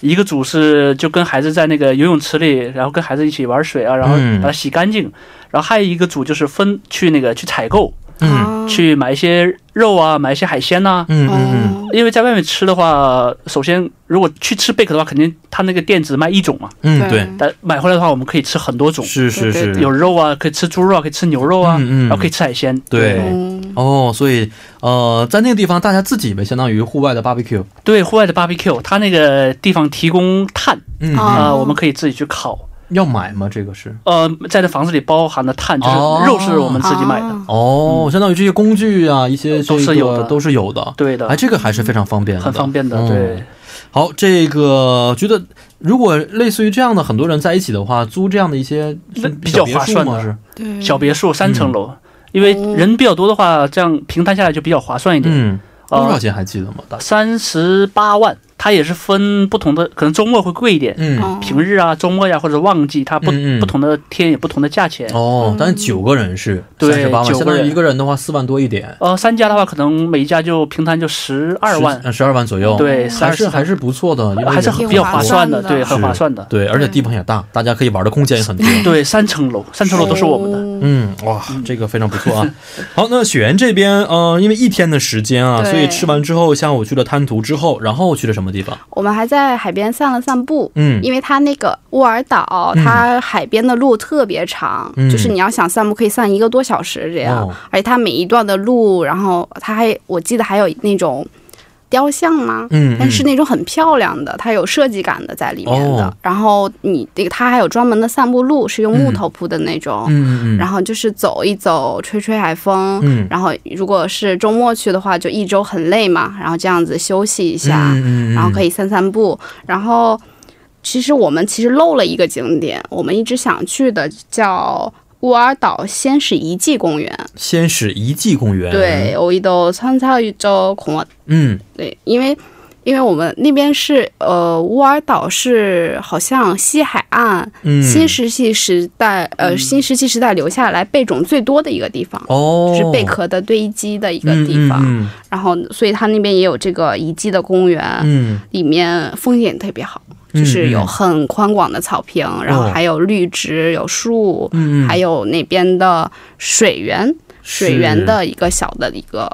一个组是就跟孩子在那个游泳池里，然后跟孩子一起玩水啊，然后
嗯
把它洗干净，然后还有一个组就是分去那个去采购，
嗯
啊
去买一些肉啊，买一些海鲜呐、
嗯嗯
哦
因为在外面吃的话，首先如果去吃贝壳的话，肯定他那个店只卖一种嘛，
嗯嗯，对，
但买回来的话，我们可以吃很多种，
是是
对对
是，
有肉啊，可以吃猪肉啊，可以吃牛肉啊，
嗯嗯嗯
然后可以吃海鲜。
对
嗯
哦，所以呃，在那个地方大家自己呗，相当于户外的 barbecue，
对，户外的 barbecue，它那个地方提供碳
嗯，
哦
啊、
啊
我们可以自己去烤。
要买吗？这个是
呃，在这房子里包含的碳，就是
哦
肉是我们自己买的。
啊
哦，相当于这些工具啊，一些这
嗯都
个
是有的
都是有的，
对的
哎，，这个还是非常方便的，
很方便的。
嗯
对，
好，这个觉得如果类似于这样的很多人在一起的话，租这样的一些
那
是
比较
小别
划
墅
算
吗
的
是
对
小别
嗯
墅三层楼。因为人比较多的话，这样平摊下来就比较划算一点。
嗯，多
呃
少钱还记得吗？大概
三十八万它也是分不同的，可能周末会贵一点，
嗯，
哦
平日啊、周末呀、或者旺季，它不
嗯嗯
不同的天有不同的价钱。
哦，
嗯
但是九个人是
对
三十八万，
九个
相当于
人
一个人的话四万多一点，
呃，三家的话，可能每一家就平摊就十二万，
十嗯二万左右，
对
哦
还是
30
还是不错的，因为
还是很比较划算
挺划算的
的，对，很
是
划算的。嗯
对，而且地方也大，大家可以玩的空间也很多。
对，三层楼，三层楼都是我们的。
的。
嗯，哇，这个非常不错
<laughs>
啊。好，那雪原这边，呃，因为一天的时间啊，
对
所以吃完之后，下午去了滩涂之后，然后去了什么地方？
我们还在海边散了散步，
嗯
因为它那个沃尔岛，
嗯
它海边的路特别长，
嗯
就是你要想散步可以散一个多小时这样，
哦
而且它每一段的路，然后它还我记得还有那种雕像吗？
嗯，
但是那种很漂亮的，它有设计感的在里面的。
哦
然后你这个它还有专门的散步路，是用木头铺的那种。
嗯嗯嗯，
然后就是走一走，吹吹海风。
嗯
然后如果是周末去的话，就一周很累嘛，然后这样子休息一下，
嗯嗯嗯，
然后可
以
以散散步。然后其实我们其实漏了一个景点，我们一直想去的叫。乌尔岛仙石遗迹公园，
先使遗迹公园，
对，，我一到川草一周恐我
嗯
对，因为因为我们那边是呃，乌尔岛是好像西海岸、
嗯，
新石器时代呃新石器时代留下来贝种最多的一个地方，
哦，
就是贝壳的堆积的一
一
个地方。
嗯
然后，所以它那边也有这个遗迹的公园，
嗯
里面风景也特别好，
嗯
就是有
嗯
很宽广的草坪，然后
哦
还有绿植、有树，
嗯，
啊还
有
有那边的水源，水源的一个小的一个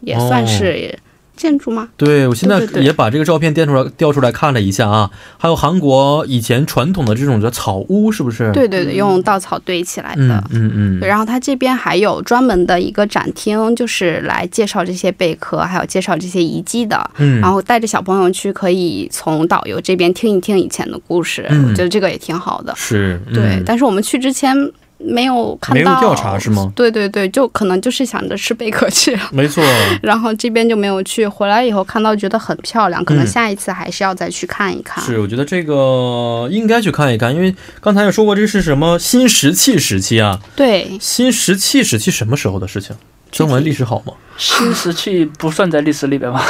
也算
哦
是建筑吗？
对，我现在
对对对
也把这个照片调出来，调出来看了一下啊，还有韩国以前传统的这种叫草屋，是不是？，
对对对，用稻草堆起来
嗯
的。
嗯嗯，
对然后它这边还有专门的一个展厅，就是来介绍这些贝壳，还有介绍这些遗迹的。
嗯，
然后带着小朋友去，可以从导游这边听一听以前的故事，
嗯
我觉得这个也挺好的。
是，
对
嗯，
但是我们去之前没有看
没有
到
调查是
<laughs>
吗？
对对对，就可能就是想着吃贝壳去， <laughs>
没错，
然后这边就没有去。回来以后看到觉得很漂亮，可能
嗯
下一次还是要再去看一看。
是，我觉得这个应该去看一看，因为刚才也说过，这是什么新石器时期啊？
对，
新石器时期什么时候的事情？
具
中文
体
历史好吗？
新石器不算在历史里边
<laughs>
吧？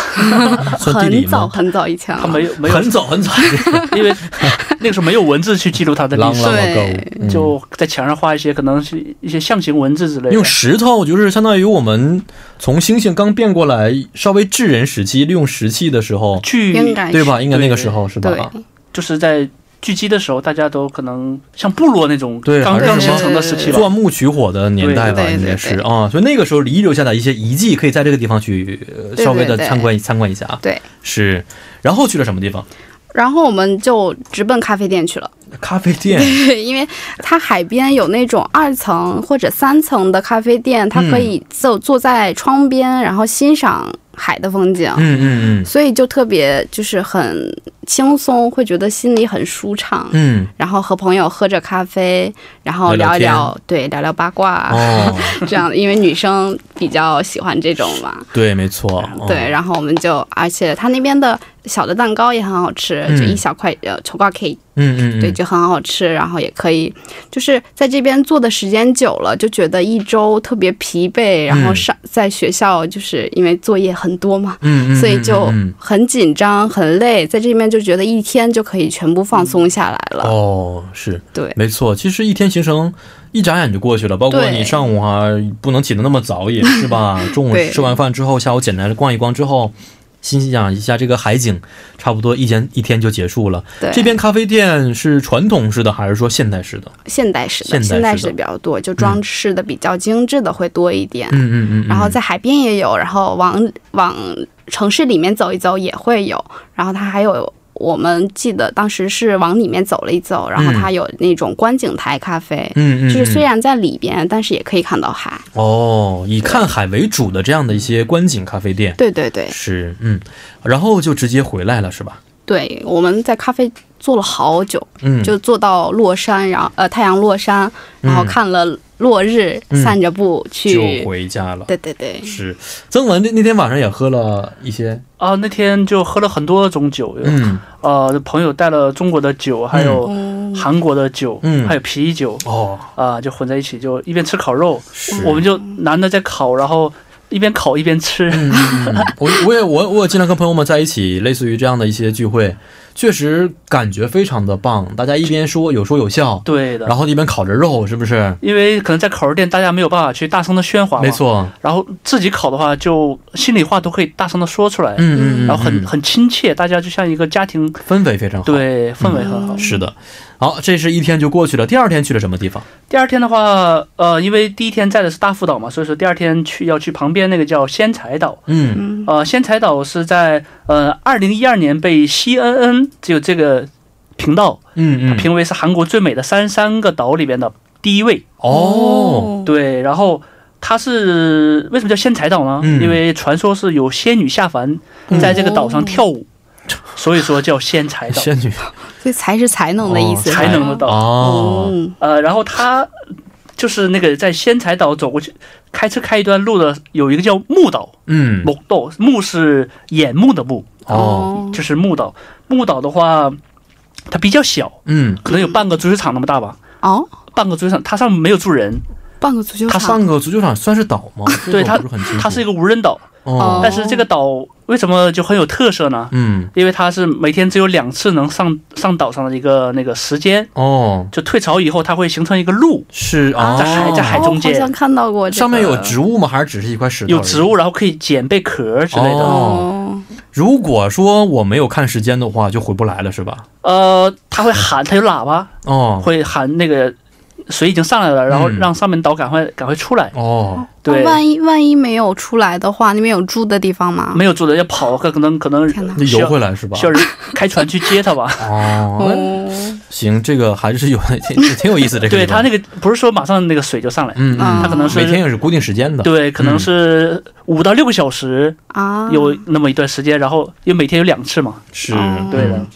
算地
很
理
早
吗？
很早以前
它
了。
没有
<laughs>
没有，
很早很
<laughs>
早
因为那个时候没有文字去记录它的历
，long
史，
long
对
ago，嗯
就在墙上画一些可能是一些象形文字之类的
用。石头，就是相当于我们从星星刚变过来，稍微智人时期利用石器的时候，
聚
应该
对
是
吧？应该那个
对
时候是
对
吧？
就是在聚集的时候，大家都可能像部落那种
对
刚
还是
刚
说
形成的时期吧。
钻木取火的年代吧，
对对
应该
对
是
对
啊，所以那个时候遗留下的一些遗迹，可以在这个地方去呃
对
稍微的
对对
参观一参观一下啊。
对，
是。然后去了什么地方？
然后我们就直奔咖啡店去了， <laughs>
咖啡店。
对，因为它海边有那种二层或者三层的咖啡店，
嗯
它可以坐坐在窗边，然后欣赏海的风景。
<laughs> 嗯嗯
所以就特别就是很轻松，会觉得心里很舒畅。
嗯
然后和朋友喝着咖啡，然后
聊聊
聊一聊，对，聊聊八卦
嗯，、哦，
<laughs> 这样，因为女生比较喜欢这种嘛。
对，没错，哦
对，，然后我们就，而且他那边的小的蛋糕也很好吃，
嗯
就一小块呃丑瓜 cake，
嗯嗯，嗯
对，，就很好吃，然后也可以，就是在这边做的时间久了，就觉得一周特别疲惫，然后
嗯
上在学校就是因为作业很多嘛，
嗯嗯，
所以就
嗯嗯
很紧张、很累，在这边就觉得一天就可以全部放松下来了。
哦，是
对
没错，其实一天行程一眨眼就过去了，包括
对
你上午啊不能起得那么早
<laughs>
也是吧？中午
对
吃完饭之后，下午简单地逛一逛之后。欣赏一下这个海景，差不多一天一天就结束了。
对，
这边咖啡店是传统式的还是说现代式的？
现代式
现代
的、
式的
现代式的比较多，就装饰的比较精致的会多一点。
嗯嗯嗯。嗯
然后在海边也有，然后往往城市里面走一走也会有。然后它还有，我们记得当时是往里面走了一走，然后它有那种观景台咖啡，
嗯嗯，
就是虽
嗯
然在里边，但是也可以看到海。
哦，以看海为主的这样的一些观景咖啡店
对对对
是嗯，然后就直接回来了是吧？
对，我们在咖啡坐了好久，
嗯，
就坐到落山，然后呃太阳落山，然后
嗯
看了落日，
嗯
散着步去。
就回家了。
对对对，
是，曾文那那天晚上也喝了一些，
啊，那天就喝了很多种酒，
嗯，
呃，朋友带了中国的酒，还有
嗯，
韩国的酒，
嗯
还有啤酒
哦，
啊，就混在一起，就一边吃烤肉，
是
我们就男的在烤，然后一边烤一边吃。
嗯嗯嗯，我我也我我也经常跟朋友们在一起，类似于这样的一些聚会，确实感觉非常的棒，大家一边说有说有笑，
<laughs> 对的
然，后一边烤着肉，是不是？
因为可能在烤肉店大家没有办法去大声的喧哗嘛，
没。错，
然后自己烤的话，就心里话都可以大声的说出来，
嗯嗯嗯，
然
嗯
后很很亲切，大家就像一个家庭，
氛围非常好，，嗯
对氛围很好。
是的。好，这是一天就过去了，第二天去了什么地方？
第二天的话，呃，因为第一天在的是大福岛嘛，所以说第二天去要去旁边那个叫仙台岛。
嗯，
嗯
呃，仙台岛是在呃二零一二年被 CNN 就这个频道
嗯嗯，
评为是韩国最美的三十三个岛里边的第一位。
哦，，
对，然后它是为什么叫仙台岛呢？
嗯
因为传说是有仙女下凡在这个岛上
<laughs>
跳舞，所以说叫仙台岛，
仙女
所以才是才能的意思，
哦
才能的岛。
哦，
嗯
呃，然后它就是那个在仙台岛走过去，开车开一段路的有一个叫木岛，
嗯，
木岛木是眼目的目，
哦，
就是木岛。木岛的话，它比较小，
嗯，
可能有半个足球场那么大吧，
哦，
半个足球场，它上面没有住人，
半个足球
它
场
上个足球场算是岛吗？
<laughs> 对
它
它
不是很清楚，
它是一个无人岛。
哦，
但是这个岛为什么就很有特色呢？
嗯，
因为它是每天只有两次能上上岛上的一个那个时间，
哦，
就退潮以后它会形成一个路，
是哦，
在海在海中间
哦好像看到过这个，
上面有植物吗？还是只是一块石头？
有植。物，然后可以捡贝壳之类的。
哦，
如果说我没有看时间的话，就回不来了，是吧？
呃，它会喊，它有喇叭，
哦
会喊那个水已经上来了，然后
嗯
让上面岛赶快赶快出来。
哦，
对
哦，万一万一没有出来的话，那边有住的地方吗？
没有住的要跑，可可能可能
天哪
那
需
游
要
回来是吧
需？要人开船去接它
<laughs>
吧。
哦，
哦，
行，这个还是有 <laughs> 挺挺有意思，这个
对，它那
个，
个不是说马上那个水就上来，
嗯嗯，
它可
能是
每天也是固定时间的，，
对，可能
嗯
是五到六个小时
啊，
有那么一段时间，然后因为每天有两次嘛。
是
哦
对的
嗯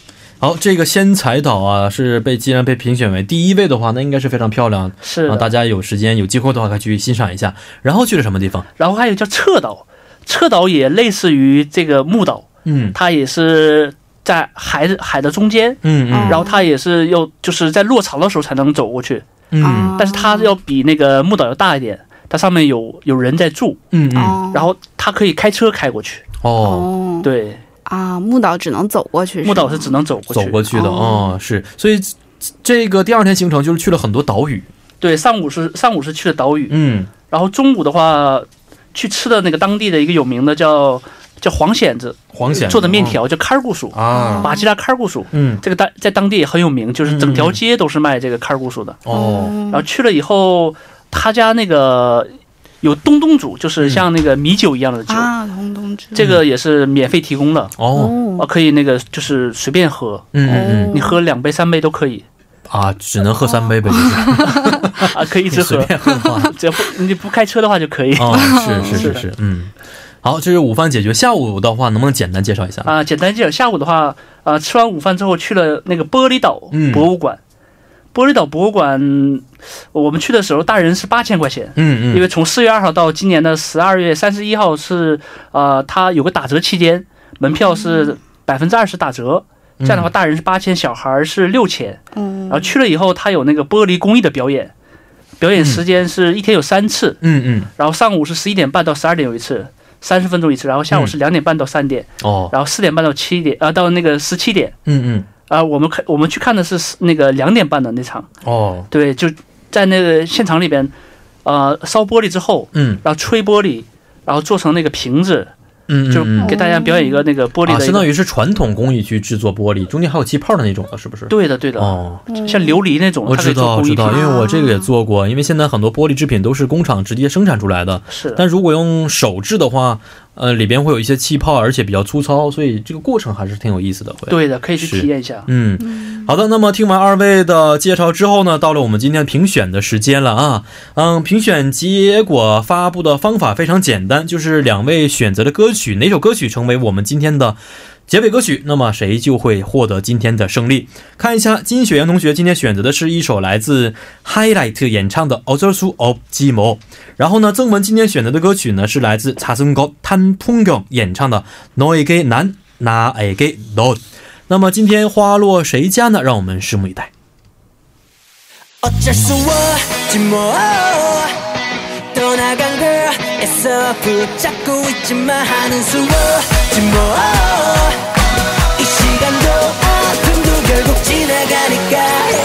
好，这个仙彩岛啊，是被既然被评选为第一位的话，那应该是非常漂亮，
是
啊，
的
大家有时间有机会的话可以去欣赏一下。然后去了什么地方？
然后还有叫侧岛，侧岛也类似于这个木岛，
嗯
它也是在海的海的中间，
嗯嗯
然后它也是要就是在落潮的时候才能走过去，
嗯
啊，
但是它要比那个木岛要大一点，它上面有有人在住，
嗯嗯，
哦，
然后它可以开车开过去。
哦，
哦，
对，
啊，木岛只能走过去，
木岛
吗
是只能走过
走
去。
过去的
哦
哦，是，所以这这个第二天行程就是去了很多岛屿，
对，上午是上午是去的岛屿，
嗯，
然后中午的话去吃的那个当地的一个有名的叫叫黄蚬子
黄蚬哦
做的面条，叫칼固薯，
啊，
马吉拉칼固薯。
嗯，
这个当在当地也很有名，就是整条街都是卖这个칼骨薯的。
哦，
然后去了以后，他家那个有东东煮，
嗯
就是像那个米酒一样的酒，
啊，红东之
这个也是免费提供的，
哦，
啊，
哦，
可以那个就是随便喝，
嗯嗯
哦
嗯，
你喝两杯三杯都可以 <laughs>
啊，只能喝三杯呗，就是
啊，可以一直
你随
喝，
便啊喝的
<laughs>
话，
只要不你不开车的话就可以。
哦，是是
是
是是，嗯，好，这是午饭解决，下午的话能不能简单介绍一下？
啊，简单介绍，下午的话，啊，吃完午饭之后去了那个玻璃岛
嗯
博物馆。玻璃岛博物馆，我们去的时候，大人是八千块钱，
嗯嗯，
因为从四月二号到今年的十二月三十一号是呃，它有个打折期间，门票是百分之二十打折。
嗯
这样的话，大人是八千，小孩儿是六千。
嗯
然后去了以后，它有那个玻璃工艺的表演，表演时间是一天有三次，
嗯嗯，
然后上午是十一点半到十二点有一次，三十分钟一次，然后
嗯
下午是两点半到三点，
哦，
然后四点半到七点，啊，到那个十七点。
嗯嗯，
啊，我们看我们去看的是那个两点半的那场，
哦，
对，就在那个现场里边，呃，烧玻璃之后，
嗯
然后吹玻璃，然后做成那个瓶子，
嗯，
就
嗯嗯
给大家表演一个那个玻璃
啊，
的
相
一个。
当于是传统工艺去制作玻璃，中间还有气泡的那种的，是不是？
对的，对的，
哦，
像琉璃那种，
我
它可
知
以做
道，
工艺
知
啊品
道，因为我这个也做过。因为现在很多玻璃制品都是工厂直接生产出来的，
是
但如果用手制的话，呃，里边会有一些气泡，而且比较粗糙，所以这个过程还是挺有意思的。会，
对的，可以去
是
体验一下。
嗯，好的。那么听完二位的介绍之后呢，到了我们今天评选的时间了啊。嗯，评选结果发布的方法非常简单，就是两位选择的歌曲，哪首歌曲成为我们今天的结尾歌曲，那么谁就会获得今天的胜利。看一下金雪阳同学今天选择的是一首来自 Highlight 演唱的《어쩔수없지뭐》，然后呢，曾文今天选择的歌曲呢是来自차승国탄풍경演唱的《너에게난나에게너》。那么今天花落谁家呢？让我们拭目以待。
어쩔 수 없지 뭐 떠나간 걸 애써 붙잡고 있지만 하는 수없지 뭐 이 시간도 아픔도 결국 지나가니까 hey.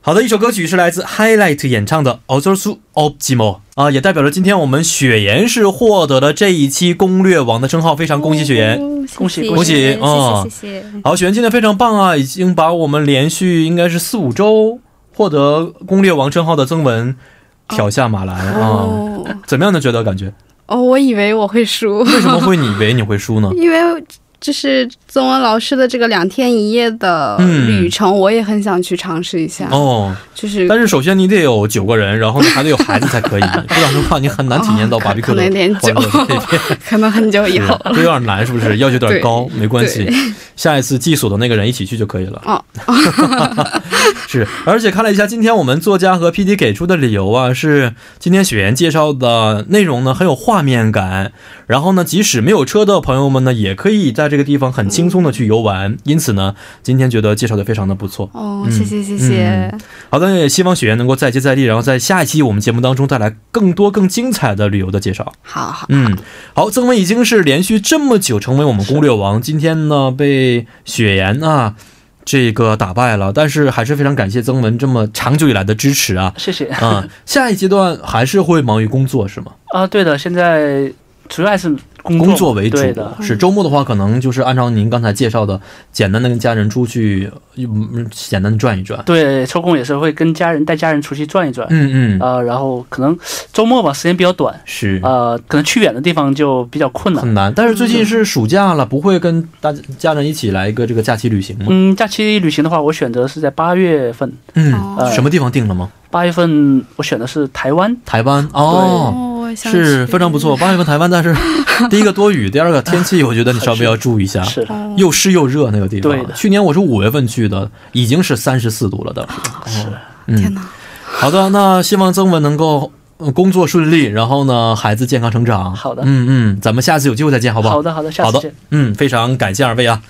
好的，一首歌曲是来自 Highlight 演唱的《Ozosu Optimo》啊，也代表着今天我们雪妍是获得了这一期攻略王的称号，非常恭喜雪妍！
嗯
恭喜
谢谢
恭
喜嗯
谢谢谢谢。
好，雪妍今天非常棒啊，已经把我们连续应该是四五周获得攻略王称号的曾文挑下马来啊，
哦
怎么样呢？觉得感觉
哦，我以为我会输，
为什么会你以为你会输呢？
<laughs> 因为就是宗文老师的这个两天一夜的
嗯
旅程，我也很想去尝试一下。
哦，
就是
但是首先你得有九个人，然后你还得有孩子才可以，不然的话你很难体验到
哦
b
可
a r b e c
可能有点
的
久
欢乐在这边。，
可能很久以
是啊
后。
这有点难，是不是？要求有点高，没关系
对，
<laughs> 下一次寄宿的那个人一起去就可以了。
哦，
<laughs> 是，而且看了一下今天我们作家和 P D 给出的理由啊，是今天雪岩介绍的内容呢很有画面感，然后呢，即使没有车的朋友们呢，也可以在这个地方很轻松的去游玩。因此呢，今天觉得介绍的非常的不错。
哦，谢谢谢谢，
好的，也希望雪岩能够再接再厉，然后在下一期我们节目当中带来更多更精彩的旅游的介绍。
好好，
嗯，好，曾文已经是连续这么久成为我们攻略王，今天呢被雪岩啊这个打败了，但是还是非常感谢曾文这么长久以来的支持 <laughs> 啊。
谢谢。
啊、下一阶段还是会忙于工作是吗？
啊，对的，现在主要还是工
嗯工作为主
对的，
是周末的话，可能就是按照您刚才介绍的，简单的跟家人出去，嗯，简单的转一转。
对，抽空也是会跟家人带家人出去转一转。
嗯啊嗯，
啊、然后可能周末吧，时间比较短，
是
呃，可能去远的地方就比较困难。
很难。但是最近是暑假了，不会跟大家家人一起来一个这个假期旅行吗？
嗯，假期旅行的话，我选择是在八月份，
嗯，
呃
什么地方定了吗？
八月份我选的是台湾，
台湾哦。
哦，我想
是
去
非常不错。八月份台湾，但
<laughs>
是第一个多雨，第二个天气，我觉得你稍微要注意一下，
是的，
哦
又湿又热那个地
对
方。
的
去年我是五月份去的，已经是三十四度了的。
啊是
天
嗯，
哪，
好的，那希望曾文能够呃工作顺利，然后呢，孩子健康成长。
好的
嗯嗯，咱们下次有机会再见，好不好？
好的好的，下
好
次
的
见。
嗯，非常感谢二位啊。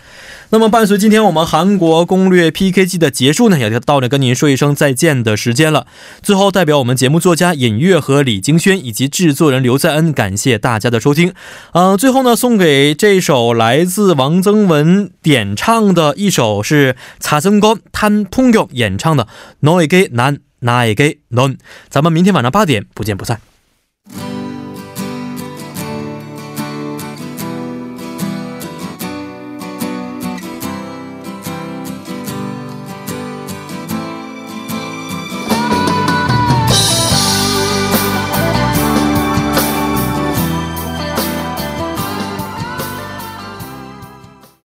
那么，伴随今天我们韩国攻略 PKG 的结束呢，也到了跟您说一声再见的时间了。最后，代表我们节目作家尹月和李京轩以及制作人刘在恩，感谢大家的收听。嗯、最后呢，送给这首来自王增文点唱的一首是查曾光탄通勇演唱的《너에게난나에게넌》。咱们明天晚上八点不见不散。